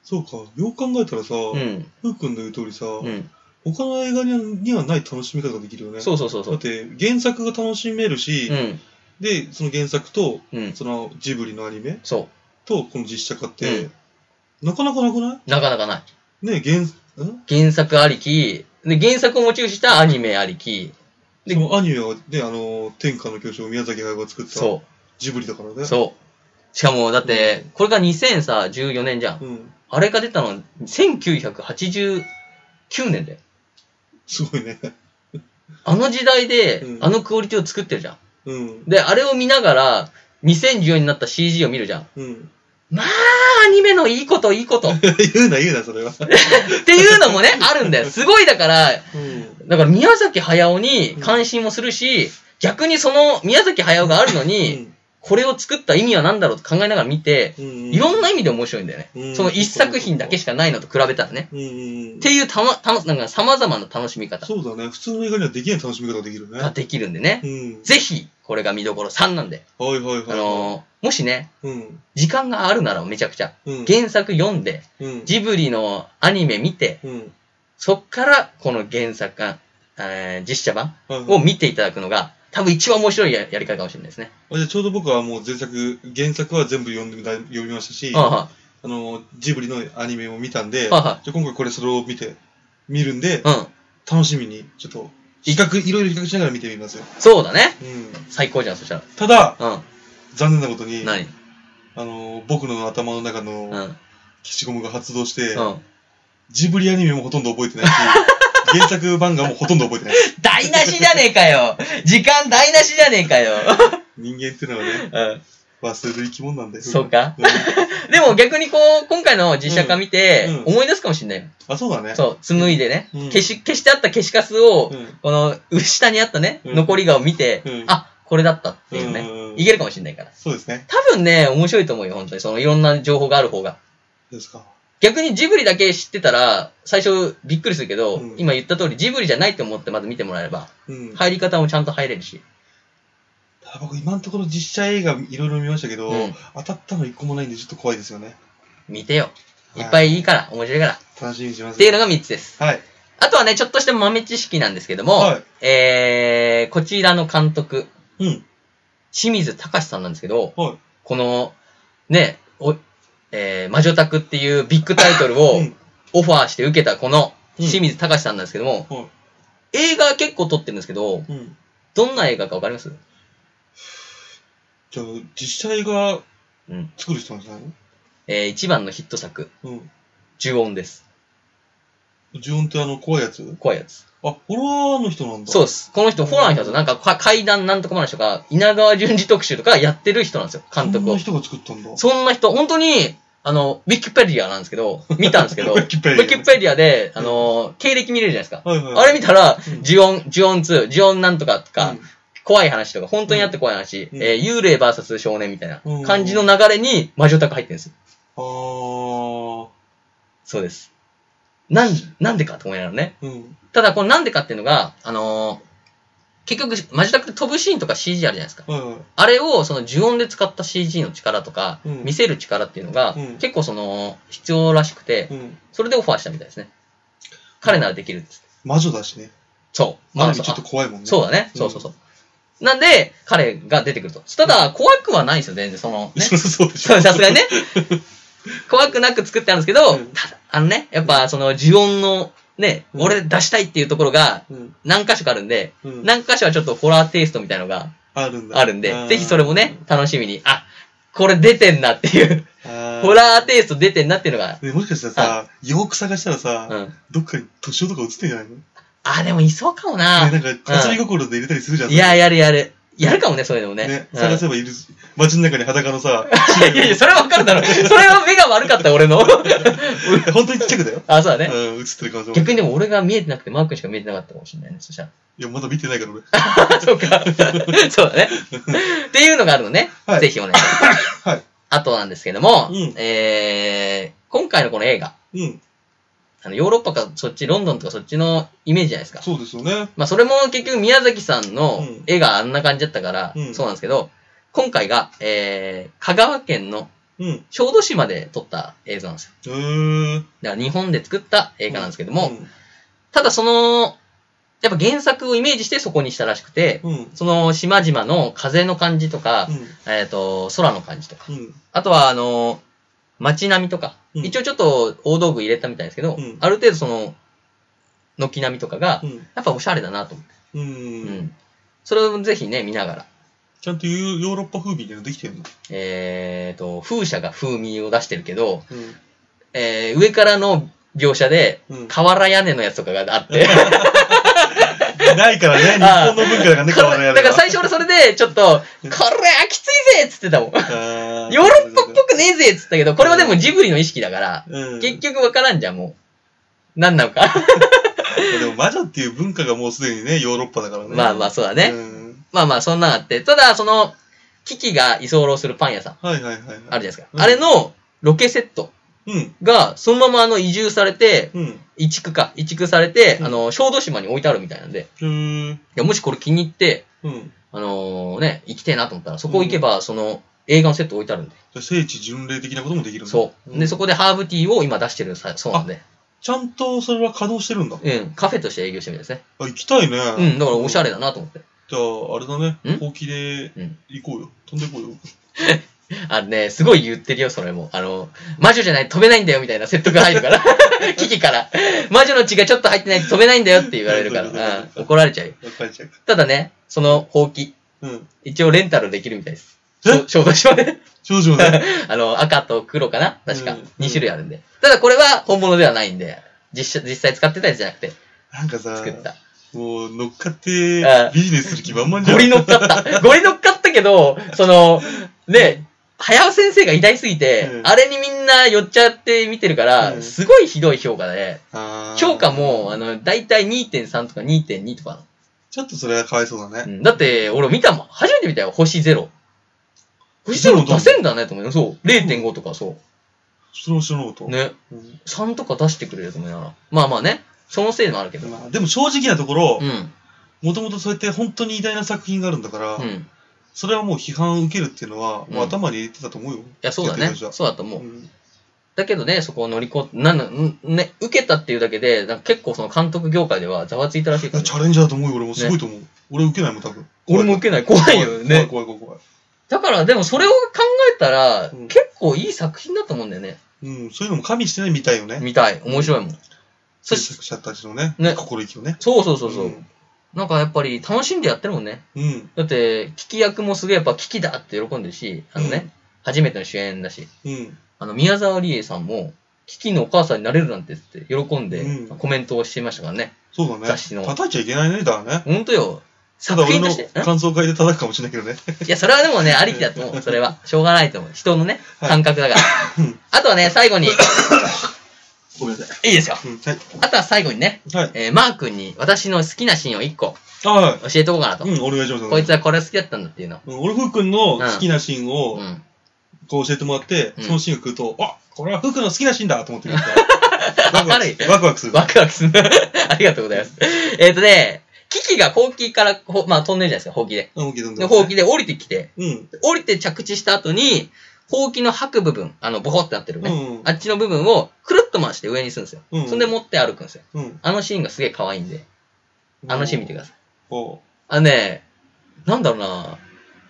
Speaker 3: そうか。よく考えたらさ、
Speaker 2: うん。
Speaker 3: ふうくんの言う通りさ、
Speaker 2: うん。
Speaker 3: 他の映画にはにはない楽しみ方ができるよね。
Speaker 2: そうそうそうそ
Speaker 3: だっ
Speaker 2: う。
Speaker 3: て、原作が楽しめるし、
Speaker 2: うん。
Speaker 3: で、その原作と、
Speaker 2: うん。
Speaker 3: そのジブリのアニメ
Speaker 2: そ
Speaker 3: と、この実写化って、
Speaker 2: うん
Speaker 3: なかなかなくな
Speaker 2: う。なかなかない。
Speaker 3: いね原、ん
Speaker 2: 原作ありき、で、原作をモチーフにしたアニメありき、で
Speaker 3: そのアニメはね、あの、天下の巨匠宮崎駿が作った
Speaker 2: そ
Speaker 3: ジブリだから
Speaker 2: う、
Speaker 3: ね。
Speaker 2: そう。しかも、だって
Speaker 3: う、
Speaker 2: これが2014年じゃん。
Speaker 3: うん。
Speaker 2: あれが出たの、1989年だよ。
Speaker 3: すごいね。 (laughs)
Speaker 2: あの時代で
Speaker 3: う、ん
Speaker 2: あのクオリティを作ってるじゃん。
Speaker 3: うん。
Speaker 2: で、あれを見ながら、2014になった CG を見るじゃん。
Speaker 3: うん。 (laughs)
Speaker 2: まあ、アニメのいいこと、いいこと。っ
Speaker 3: 言うな、言うな、そ
Speaker 2: (laughs)
Speaker 3: れは。
Speaker 2: ていうのもね、あるんだよ。すごいだから、
Speaker 3: うん。
Speaker 2: だから宮崎駿に関心もするし、逆にその宮崎駿があるのに、これを作った意味は何だろうと考えながら見て、い
Speaker 3: い
Speaker 2: ろんな
Speaker 3: 意
Speaker 2: 意味で面白いんだよね。
Speaker 3: うん
Speaker 2: その一作品だけしかないのと比べたらね。
Speaker 3: 味
Speaker 2: っていうたま、たの、なんか様々な楽しみ方
Speaker 3: そうだね。普通の映画にはできない楽しみ方ができるね。
Speaker 2: ができるんでね。
Speaker 3: うん。
Speaker 2: ぜひ、これが見どころ3なんで。
Speaker 3: はいはいはい。
Speaker 2: あのーもしね、
Speaker 3: うん。
Speaker 2: 時間があるならめちゃくちゃ、
Speaker 3: うん。
Speaker 2: 原作読んで、
Speaker 3: うん。
Speaker 2: ジブリのアニメ見て、
Speaker 3: うん。
Speaker 2: そっからこの原作が、えー実写版
Speaker 3: はいはい
Speaker 2: を見ていただくのが、多分一番面白いややり方かもしれないですね。
Speaker 3: あじゃあちょうど僕はもう前作、原作は全部読んでみた読みましたし、あ
Speaker 2: あ
Speaker 3: の、ジブリのアニメも見たんで、
Speaker 2: あ、あ
Speaker 3: じゃあ今回これそれを見て、見るんで、
Speaker 2: あ、うん。
Speaker 3: 楽しみに、ちょっと、比較、いろいろ比較しながら見てみますよ。
Speaker 2: そうだね。
Speaker 3: うん。
Speaker 2: 最高じゃん、そした
Speaker 3: ただ、
Speaker 2: ら。
Speaker 3: 残念なこと
Speaker 2: う
Speaker 3: に
Speaker 2: ん。、何
Speaker 3: あの、僕の頭の中
Speaker 2: う
Speaker 3: の
Speaker 2: ん。うん。
Speaker 3: 消しゴムが発動して、
Speaker 2: うん
Speaker 3: ジブリアニメもほとんど覚え
Speaker 2: (laughs)
Speaker 3: てないし、原作漫画もほとんど覚えてない。
Speaker 2: 台無しじゃねえかよ時間台無しじゃねえかよ
Speaker 3: 人間っていうのはね、
Speaker 2: うん。
Speaker 3: 忘れる生き物なんだよ。
Speaker 2: そうか
Speaker 3: うん。
Speaker 2: でも逆にこう、今回の実写化見て
Speaker 3: うん、うん
Speaker 2: 思い出すかもしんないよ。
Speaker 3: あ、そうだね。
Speaker 2: そう、紡いでね、
Speaker 3: うん
Speaker 2: 消し、消してあった消しカスを、
Speaker 3: うん。
Speaker 2: この、下にあったね、
Speaker 3: うん
Speaker 2: 残りがを見て、
Speaker 3: うん
Speaker 2: あ、これだったっていうね、
Speaker 3: うん
Speaker 2: いけるかもしんないから。
Speaker 3: そうですね。
Speaker 2: 多分ね、面白いと思うよ、本当に。その、いろんな情報がある方が。
Speaker 3: どうですか。
Speaker 2: 逆にジブリだけ知ってたら、最初びっくりするけど、
Speaker 3: うん
Speaker 2: 今言った通り、ジブリじゃないと思ってまず見てもらえれば、
Speaker 3: うん。
Speaker 2: 入り方もちゃんと入れるし。
Speaker 3: ただ僕今のところ実写映画いろいろ見ましたけど、
Speaker 2: うん
Speaker 3: 当たったの一個もないんでちょっと怖いですよね。
Speaker 2: 見てよ。
Speaker 3: はい
Speaker 2: いっぱいいいから、面白いから。っ
Speaker 3: 楽しみにします。
Speaker 2: ていうのが3つです。
Speaker 3: はい。
Speaker 2: あとはね、ちょっとした豆知識なんですけども、
Speaker 3: は
Speaker 2: えー、こちらの監督、
Speaker 3: い。うん。
Speaker 2: 清水隆さんなんですけど、
Speaker 3: はい。
Speaker 2: この、ね、お、えー、魔女宅っていうビッグタイトル
Speaker 3: う
Speaker 2: を
Speaker 3: ん
Speaker 2: オファーして受けたこの
Speaker 3: うん
Speaker 2: 清水隆さんなんですけども、
Speaker 3: は
Speaker 2: 映画結構撮ってるんですけ
Speaker 3: い。
Speaker 2: ど、
Speaker 3: うん。
Speaker 2: どんな映画かわかります
Speaker 3: じゃあ、実写映画
Speaker 2: うん。
Speaker 3: 作る人なんじゃない
Speaker 2: えー、一番のヒット作、
Speaker 3: の
Speaker 2: 呪音です。
Speaker 3: うん。呪音ってあの、怖いやつ
Speaker 2: 怖いやつ。
Speaker 3: あ、ホラーの人なんだ。。
Speaker 2: そうですす。この人、ホラーの人です。なんか、か怪談なんとかもない人が、稲川淳二特集とかやってる人なんですよ、監督
Speaker 3: そん
Speaker 2: を
Speaker 3: な。人が作ったんだ。
Speaker 2: そんな人、本当に、あの、ウィキペディアなんです
Speaker 3: (laughs)
Speaker 2: けど、見たんですけど、
Speaker 3: ウ
Speaker 2: ウ
Speaker 3: ィ
Speaker 2: ィ
Speaker 3: キ
Speaker 2: キ
Speaker 3: ペデ
Speaker 2: ペ
Speaker 3: ィア
Speaker 2: ディアで、あの、経歴見れるじゃないですか。
Speaker 3: はいはいはい。
Speaker 2: あれ見たら
Speaker 3: うん、
Speaker 2: ジオン、ジオン2、ジオンなんとかとか、
Speaker 3: うん
Speaker 2: 怖い話とか、本当にあって怖い話、
Speaker 3: うん
Speaker 2: えー幽霊 VS 少年みたいな
Speaker 3: うん
Speaker 2: 感じの流れに魔女宅入ってるんですよ。
Speaker 3: あー。
Speaker 2: そうです。なん、なんでかと思いながらね。
Speaker 3: うん。
Speaker 2: ただ、このなんでかっていうのが、あのー結局、魔女宅って飛ぶシーンとか CG あるじゃないですか。
Speaker 3: はいはい。
Speaker 2: あれを、その呪音で使った CG の力とか、
Speaker 3: うん
Speaker 2: 見せる力っていうのが、
Speaker 3: うん
Speaker 2: 結構その、必要らしくて、
Speaker 3: うん。
Speaker 2: それでオファーしたみたいですね。彼ならできるです。
Speaker 3: 魔女だしね。
Speaker 2: そう。
Speaker 3: あ
Speaker 2: ま
Speaker 3: る
Speaker 2: あ
Speaker 3: 意味ちょっと怖いもんね。
Speaker 2: そうだね。
Speaker 3: うん
Speaker 2: そうそうそう。なんで、彼が出てくると。ただ、怖くはないんですよ、全然。その、
Speaker 3: (laughs)
Speaker 2: ね。
Speaker 3: そうそうでし
Speaker 2: さ
Speaker 3: ょ。
Speaker 2: すがにね。怖くなく作ってあるんですけど、
Speaker 3: うん
Speaker 2: ただ、あのね、やっぱ、その、呪音の、ね、
Speaker 3: うん
Speaker 2: 俺出したいっていうところが、
Speaker 3: うん。
Speaker 2: 何箇所かあるんで、
Speaker 3: うん
Speaker 2: 何箇所はちょっとホラーテイストみたいのが
Speaker 3: あるんだ。
Speaker 2: あるんで、
Speaker 3: あー
Speaker 2: ぜひそれもね、、楽しみに、あ、これ出てんなっていう、ホ
Speaker 3: ホ
Speaker 2: ラーテイスト出てんなっていうのが、
Speaker 3: ね、もしかしたらさ、よく探したらさ、
Speaker 2: うん。
Speaker 3: どっかに年男とか映ってんじゃないのね、
Speaker 2: あ、でもいそうかもな。
Speaker 3: なんか、遊び心で入れたりするじゃん。
Speaker 2: いや、やるやる。やるかもね、そういうのも
Speaker 3: それ
Speaker 2: ね。
Speaker 3: ね、
Speaker 2: うん
Speaker 3: 探せばいるし、街の中に裸の
Speaker 2: (laughs)
Speaker 3: さ、
Speaker 2: いやいや、それはわかるだろ。それは目が悪かった、
Speaker 3: (laughs)
Speaker 2: 俺の。
Speaker 3: 本当に近くだよ。
Speaker 2: あ、そうだね。
Speaker 3: うん、映ってる可能性もある
Speaker 2: 逆にでも俺が見えてなくて、マー君しか見えてなかったかもしれないね、そしたら。 (laughs)
Speaker 3: いや、まだ見てないから俺。
Speaker 2: あそ
Speaker 3: (laughs)
Speaker 2: うか。そうだね。っていうのがあるのね。
Speaker 3: はい
Speaker 2: ぜひお願いします。
Speaker 3: はい。
Speaker 2: あとなんですけども、
Speaker 3: うん
Speaker 2: えー、今回のこの映画、
Speaker 3: うん、
Speaker 2: あのヨーロッパかそっち、ロンドンとかそっちのイメージじゃないですか。
Speaker 3: そうですよね。
Speaker 2: まあそれも結局宮崎さん
Speaker 3: う
Speaker 2: の
Speaker 3: ん
Speaker 2: 絵があんな感じだったから、
Speaker 3: うん
Speaker 2: そうなんですけど、今回が、えー、香川県の
Speaker 3: うん。
Speaker 2: 小豆島で撮った映像なんですよ。
Speaker 3: うーん。
Speaker 2: だから日本で作った映画なんですけども、
Speaker 3: うん
Speaker 2: ただその、やっぱ原作をイメージしてそこにしたらしくて、
Speaker 3: うん。うん。
Speaker 2: その島々の風の感じとか、えっ、と、空の感じとか、
Speaker 3: うん。
Speaker 2: あとはあの、街並みとか、
Speaker 3: うん
Speaker 2: 一応ちょっと大道具入れたみたいですけど、
Speaker 3: うん
Speaker 2: ある程度その、軒並みとかが、
Speaker 3: うん。
Speaker 2: やっぱおしゃれだなと思って。
Speaker 3: う。
Speaker 2: うんん。それをぜひね、見ながら、
Speaker 3: ちゃんとヨーロッパ風味みたいなのできてるの。
Speaker 2: えっ、と、風車が風味を出してるけど、
Speaker 3: うん。
Speaker 2: えー上からの描写で、
Speaker 3: うん
Speaker 2: 瓦屋根のやつとかが
Speaker 3: (laughs)
Speaker 2: あって、
Speaker 3: ないからね、日
Speaker 2: (laughs) あー
Speaker 3: 本の文化だからね、変わらない
Speaker 2: だから最初俺それで、ちょっと、これはきついぜっつってたもん。
Speaker 3: あー
Speaker 2: ヨーロッパっぽくねえぜっつったけど、これはでもジブリの意識だから、
Speaker 3: うん。
Speaker 2: 結局わからんじゃん、もう。なんなのか。
Speaker 3: でも魔女っていう文化がもうすでにね、ヨーロッパだからね。
Speaker 2: まあまあ、そうだね。
Speaker 3: うん
Speaker 2: まあまあ、そんなのあって。ただ、その、キキが居候するパン屋さん、
Speaker 3: はいはいはいはい。
Speaker 2: あるじゃないですか。
Speaker 3: うん
Speaker 2: あれのロケセット
Speaker 3: うん。
Speaker 2: が、そのままあの、移住されて、
Speaker 3: うん。
Speaker 2: 移築か、移築されて、
Speaker 3: うん
Speaker 2: あの、小豆島に置いてあるみたいなんで、い
Speaker 3: うん。
Speaker 2: や、もしこれ気に入って、
Speaker 3: うん。
Speaker 2: あのね、行きてえなと思ったら、そこ行けば、その、映画のセット置いてあるんで。
Speaker 3: じゃあ聖地巡礼的なこともできるんだ
Speaker 2: そう。で、そ
Speaker 3: こ。
Speaker 2: こでハーブティーを今出してるさそうなんで、
Speaker 3: ちゃんとそれは稼働してるんだ。
Speaker 2: うん、カフェとして営業してるみたいですね。
Speaker 3: あ、行きたいね。
Speaker 2: うん、だからおしゃれ
Speaker 3: だ。
Speaker 2: だなと思って。
Speaker 3: じゃあ、あれだね。
Speaker 2: ん
Speaker 3: ほうきで
Speaker 2: うん。
Speaker 3: 行こうよ。飛んでいこうよ。
Speaker 2: あのね、すごい言ってるよ、それも。あの、魔女じゃないと飛べないんだよ、みたいな説得が入
Speaker 3: (laughs)
Speaker 2: るから。危機から。魔女の血がちょっと入ってないと飛べないんだよって言われるから。
Speaker 3: (laughs) そうそうそうそう
Speaker 2: うん怒られちゃうよ。
Speaker 3: やっぱりじゃあ
Speaker 2: ただね、その、ほうき。
Speaker 3: うん。
Speaker 2: 一応レンタルできるみたいです。
Speaker 3: え
Speaker 2: 小豆島で。
Speaker 3: 少女ね。
Speaker 2: (laughs) あの、赤と黒かな確か。
Speaker 3: うん
Speaker 2: 2種類あるんで。ただこれは本物ではないんで、実写、実際使ってたやつじゃなくて、
Speaker 3: なんかさ
Speaker 2: 作、った。
Speaker 3: もう乗っかって
Speaker 2: あ
Speaker 3: ビジネスする気満々じゃん。
Speaker 2: ゴリ乗っかった。ゴリ乗っかったけど、その、ね、早尾先生が偉大すぎて、
Speaker 3: うん
Speaker 2: あれにみんな寄っちゃって見てるから、
Speaker 3: うん
Speaker 2: すごいひどい評価で、
Speaker 3: あー
Speaker 2: 評価も、あの、だいたい2.3とか2.2とか
Speaker 3: ちょっとそれはかわいそうだ
Speaker 2: なの、
Speaker 3: ね。
Speaker 2: うんだって、俺見たもん。初めて見たよ、星ゼロ。星
Speaker 3: ゼ
Speaker 2: ゼロ
Speaker 3: ロだも
Speaker 2: 出
Speaker 3: ん
Speaker 2: せんだねと思うよ。そう。0.5とかそ
Speaker 3: それは知らなかった
Speaker 2: う。。ね。
Speaker 3: うん
Speaker 2: 3とか出してくれると思いながら。まあまあね。そのせいもあるけど。
Speaker 3: まあでも正直なところ
Speaker 2: う、ん。
Speaker 3: もともとそうやって本当に偉大な作品があるんだから、
Speaker 2: うん。い
Speaker 3: それはもう批判を受けるっていうのは、もう頭に入れてたと思うよ。
Speaker 2: や、そうだ
Speaker 3: やっ
Speaker 2: ね。
Speaker 3: てる人たち
Speaker 2: そうだと思
Speaker 3: は
Speaker 2: う
Speaker 3: う。ん
Speaker 2: だけどね、そこを乗り越、なんだ、んね、受けたっていうだけで、なんか結構その監督業界ではざわついたらしいから、
Speaker 3: チャレンジャーだと思うよ、俺も。すごいと思う。 (laughs) 俺受けないもん、多分。
Speaker 2: 俺も受けない。怖いよね。
Speaker 3: 怖い怖い怖い。
Speaker 2: だから、でもそれを考えたら、
Speaker 3: うん
Speaker 2: 結構いい作品だと思うんだよね。
Speaker 3: うん、そういうのも加味してね、見たいよね。
Speaker 2: 見たい。面白いもん。そ
Speaker 3: 制
Speaker 2: し
Speaker 3: 作者たちのね、
Speaker 2: ね
Speaker 3: 心意気をね。
Speaker 2: そうそうそうそう、
Speaker 3: うん
Speaker 2: なんかやっぱり楽しんでやってるもんね。
Speaker 3: うん。
Speaker 2: だって、聞き役もすげえやっぱ聞きだって喜んでるし、あのね、初めての主演だし、
Speaker 3: うん。
Speaker 2: あの、宮沢りえさんも、キキのお母さんになれるなんてって喜んで、
Speaker 3: うん
Speaker 2: コメントをしていましたからね。
Speaker 3: そうだね。
Speaker 2: 雑誌の
Speaker 3: 叩いちゃいけないね、だからね。
Speaker 2: ほんとよ。
Speaker 3: ただ
Speaker 2: 作
Speaker 3: 俺
Speaker 2: 品
Speaker 3: の
Speaker 2: として。ん
Speaker 3: 感想会で叩くかもしれないけどね。
Speaker 2: いや、それはでもね、ありきだと思う。それは。しょうがないと思う。人のね、
Speaker 3: はい
Speaker 2: 感覚
Speaker 3: (laughs)
Speaker 2: だから。
Speaker 3: うん
Speaker 2: あとはね、最後
Speaker 3: (coughs)
Speaker 2: に、い
Speaker 3: ごめんなさい。
Speaker 2: いですよ。
Speaker 3: うん、はい。
Speaker 2: あとは最後にね、
Speaker 3: はい。
Speaker 2: えーマー君に私の好きなシーンを1個
Speaker 3: あは
Speaker 2: 教えておこうかなと。
Speaker 3: い。うん、お願いします。
Speaker 2: こいつはこれ好きだったんだっていうの。
Speaker 3: うん俺、ふうくんの好きなシーン
Speaker 2: う
Speaker 3: を
Speaker 2: ん。
Speaker 3: こう教えてもらって、
Speaker 2: うん
Speaker 3: そのシーンが来ると、あこれはふうくんの好きなシーンだと思って見る
Speaker 2: (laughs)
Speaker 3: から。ワクワクする。ワクワクする。
Speaker 2: ワクワクする。 (laughs) ありがとうございます。えっ、とね、キキがほうきから、ほまあ飛んでるじゃないですか、ほうきで。
Speaker 3: うん、ほうきどん
Speaker 2: で、
Speaker 3: どん
Speaker 2: ほうきで降りてきて、
Speaker 3: うん。
Speaker 2: 降りて着地した後に、ほうきの吐く部分、あの、ボコってなってるね。
Speaker 3: うん
Speaker 2: あっちの部分を、くるっと回して上にするんですよ。
Speaker 3: うん
Speaker 2: そんで持って歩くんですよ。
Speaker 3: うん。
Speaker 2: あのシーンがすげえ可愛いんで、あのシーン見てください。
Speaker 3: ほ
Speaker 2: あのね、なんだろう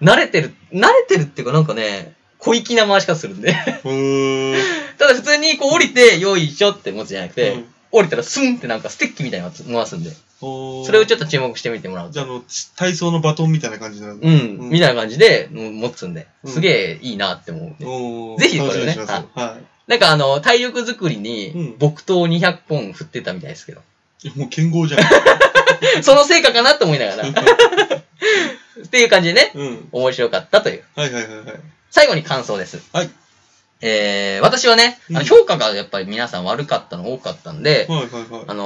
Speaker 2: な慣れてる、慣れてるっていうかなんかね、小粋な回し方するんで。
Speaker 3: う。
Speaker 2: (laughs)
Speaker 3: ふー。
Speaker 2: ただ普通にこう降りて、よいしょって持つじゃなくて、
Speaker 3: うん
Speaker 2: 降りたらスンってなんかステッキみたいなの回すんで、
Speaker 3: ほー
Speaker 2: それをちょっと注目してみてもらうと。
Speaker 3: じゃあ、あの、体操のバトンみたいな感じになる。
Speaker 2: うん、
Speaker 3: うん
Speaker 2: みたいな感じでうん持つんで、
Speaker 3: うん
Speaker 2: すげえいいなって思う、ね
Speaker 3: おー
Speaker 2: ぜひこれを
Speaker 3: 楽
Speaker 2: ね
Speaker 3: しみにしますは
Speaker 2: なんかあの、体力づくり
Speaker 3: う
Speaker 2: に
Speaker 3: ん、
Speaker 2: 木刀200本振ってたみたいですけど、
Speaker 3: い。もう剣豪じゃん。
Speaker 2: その成果かなと思い
Speaker 3: (laughs)
Speaker 2: ながら、っていう感じでね、
Speaker 3: うん。
Speaker 2: 面白かったという。
Speaker 3: はいはいはいはい。
Speaker 2: 最後に感想です。
Speaker 3: はい。
Speaker 2: えー、私はね、
Speaker 3: う
Speaker 2: あの
Speaker 3: ん
Speaker 2: 評価がやっぱり皆さん悪かったの多かったんで、
Speaker 3: はいはい
Speaker 2: あ
Speaker 3: は
Speaker 2: の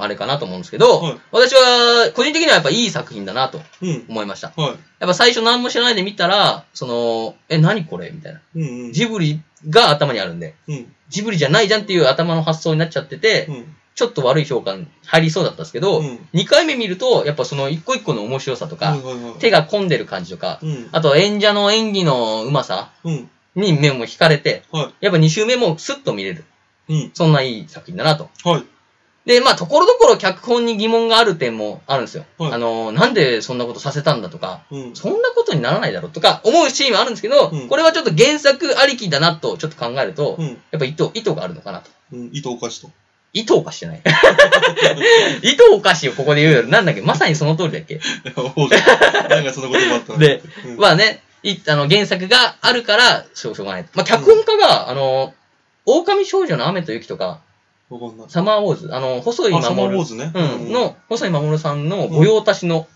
Speaker 2: ー、あれかなと思うんですけど、
Speaker 3: はい
Speaker 2: 私は個人的にはやっぱいい作品だなと
Speaker 3: い。うん。
Speaker 2: 思いました。
Speaker 3: は
Speaker 2: やっぱ最初何も知らないで見たら、その、え、何これみたいな。
Speaker 3: い。うんうん。
Speaker 2: ジブリが頭にあるんで、
Speaker 3: うん。
Speaker 2: ジブリじゃないじゃんっていう頭の発想になっちゃってて、
Speaker 3: うん。
Speaker 2: ちょっと悪い評価に入りそうだったんですけど、
Speaker 3: うん
Speaker 2: 2回目見ると、やっぱその一個一個の面白さとか、
Speaker 3: はいはいはい
Speaker 2: 手が込んでる感じとか、
Speaker 3: うん。
Speaker 2: あと演者の演技のうまさ
Speaker 3: うん。
Speaker 2: に目も惹かれて、
Speaker 3: は
Speaker 2: やっぱ2周目もスッと見れる。
Speaker 3: い。うん。
Speaker 2: そんないい作品だなと。
Speaker 3: はい。
Speaker 2: で、まあ、ところどころ脚本に疑問がある点もあるんですよ。
Speaker 3: はい
Speaker 2: あの、なんでそんなことさせたんだとか、
Speaker 3: うん。
Speaker 2: そんなことにならないだろうとか思うシーンはあるんですけど、
Speaker 3: うん
Speaker 2: これはちょっと原作ありきだなとちょっと考えると、
Speaker 3: うん。
Speaker 2: やっぱ意図、意図があるのかなと。
Speaker 3: うん。糸おかしと。
Speaker 2: 意図おかしじゃ
Speaker 3: (laughs)
Speaker 2: ない。意図おかしをここで言うより、なんだっけ、まさにその通りだっけ。
Speaker 3: そうだなんかそんなこともあったな
Speaker 2: で、
Speaker 3: うん
Speaker 2: まあね、いあの原作があるから、しょうしょうがない。まあ、脚本家が、あの、狼少女の雨と雪とか、
Speaker 3: わかんない。
Speaker 2: サマーウォーズ、あの、細い
Speaker 3: あ、サマーウォー
Speaker 2: 守
Speaker 3: ズね。
Speaker 2: うん、の、細い守さんの御用達の、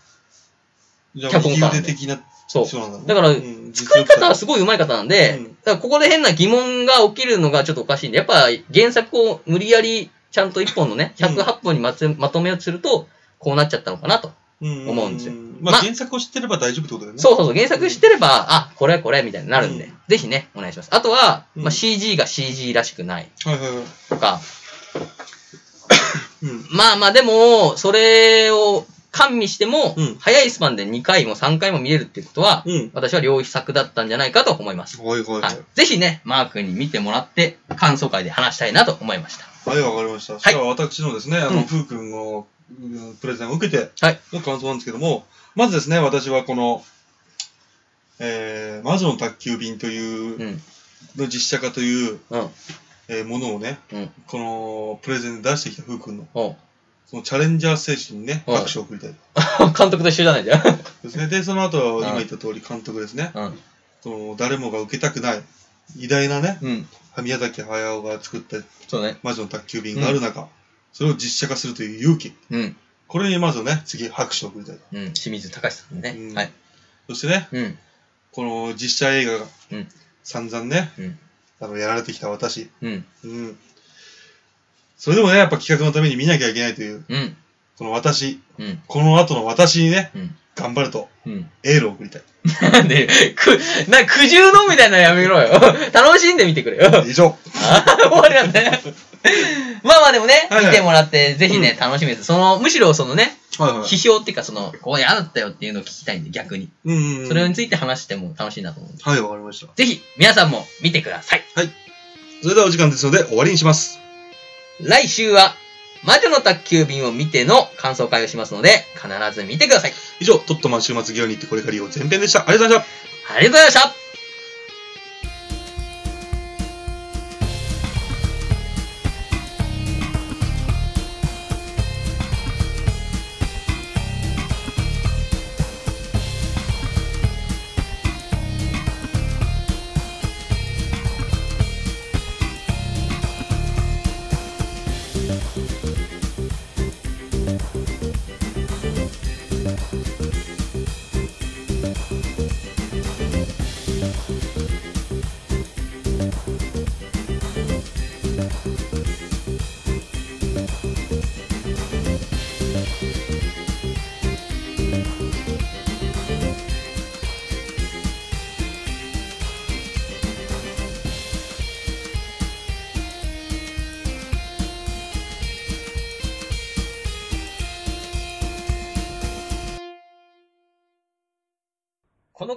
Speaker 3: じゃあ、
Speaker 2: 脚本
Speaker 3: 右
Speaker 2: 家
Speaker 3: 腕的な
Speaker 2: そう。
Speaker 3: 人なんだね。
Speaker 2: だから
Speaker 3: うん
Speaker 2: 作り方はすごい上手い方なんで、
Speaker 3: うん
Speaker 2: だからここで変な疑問が起きるのがちょっとおかしいんで、やっぱ原作を無理やりちゃんと1本のね、
Speaker 3: うん
Speaker 2: 108本にまつまとめをすると、こうなっちゃったのかなと。思うんですよ
Speaker 3: まあ、
Speaker 2: まあ
Speaker 3: 原作を知ってれば大丈夫ってことだよね。
Speaker 2: そうそうそう、原作知ってれば、あ、これこれみたいになるんで、
Speaker 3: うん
Speaker 2: ぜひね、お願いします。あとは、
Speaker 3: うん
Speaker 2: まあ、CG が CG らしくない
Speaker 3: はいはいはい。
Speaker 2: とか、
Speaker 3: うん。
Speaker 2: まあまあでも、それを完備しても、
Speaker 3: うん
Speaker 2: 早いスパンで2回も3回も見れるっていうことは、
Speaker 3: うん。
Speaker 2: 私は良作だったんじゃないかと思います。
Speaker 3: はいはい
Speaker 2: は、
Speaker 3: はい
Speaker 2: ぜひね、マー君に見てもらって、感想会で話したいなと思いました。
Speaker 3: い。はい、わかりました。それは私のですね、あ
Speaker 2: うん
Speaker 3: の、ふうくんのうんプレゼンを受けて、
Speaker 2: はい。
Speaker 3: の感想なんですけども、まずですね、私はこの、えー、魔女の宅急便という、
Speaker 2: うん。
Speaker 3: の実写化という、
Speaker 2: うん。
Speaker 3: えーものをね、
Speaker 2: うん。
Speaker 3: このプレゼンで出してきたふうくんの、
Speaker 2: おう (laughs)
Speaker 3: そのチャレンジャー精神にね、
Speaker 2: はい
Speaker 3: 拍手を送りたい
Speaker 2: 監督と一緒じゃないじゃん。
Speaker 3: ですね。で、その後、
Speaker 2: うん
Speaker 3: 今言った通り監督ですね、
Speaker 2: うん。
Speaker 3: その誰もが受けたくない、偉大なね、
Speaker 2: うん。
Speaker 3: 宮崎駿が作った
Speaker 2: そうね。
Speaker 3: 魔女の宅急便がある中、それを実写化するという勇気。
Speaker 2: うん。
Speaker 3: これにまずね、次拍手を送りたいと。
Speaker 2: うん。清水隆さんね。
Speaker 3: うん
Speaker 2: はい。
Speaker 3: そしてね、
Speaker 2: うん。
Speaker 3: この実写映画が
Speaker 2: うん
Speaker 3: 散々ね、
Speaker 2: うん
Speaker 3: あの、やられてきた私。
Speaker 2: うん。
Speaker 3: うん。それでもね、やっぱ企画のために見なきゃいけないという、
Speaker 2: うん。
Speaker 3: この私、
Speaker 2: うん。
Speaker 3: この後の私にね、
Speaker 2: うん
Speaker 3: 頑張ると
Speaker 2: うん。 (laughs)
Speaker 3: エールを送りたい。
Speaker 2: なんで、く、な、苦渋のみたいなのやめろよ。 (laughs) 楽しんでみてくれよ。
Speaker 3: 以上。
Speaker 2: あー終わりなんだね。 (laughs) まあまあでもね、
Speaker 3: はいはい
Speaker 2: 見てもらって、ぜひね、楽しみです。その、むしろそのね、
Speaker 3: はいは
Speaker 2: 批評っていうか、その、こうやだったよっていうのを聞きたいんで、逆に。
Speaker 3: い。うんうんうん。
Speaker 2: それについて話しても楽しいなと思うんで。
Speaker 3: はい、わかりました。
Speaker 2: ぜひ、皆さんも見てください。
Speaker 3: それではお時間ですので終わりにします。
Speaker 2: 来週は、魔女の宅急便を見ての感想会をしますので、必ず見てください。
Speaker 3: 以上、トットマン週末業に行ってこれからを前編でした。ありがとうございました。
Speaker 2: ありがとうございましたこの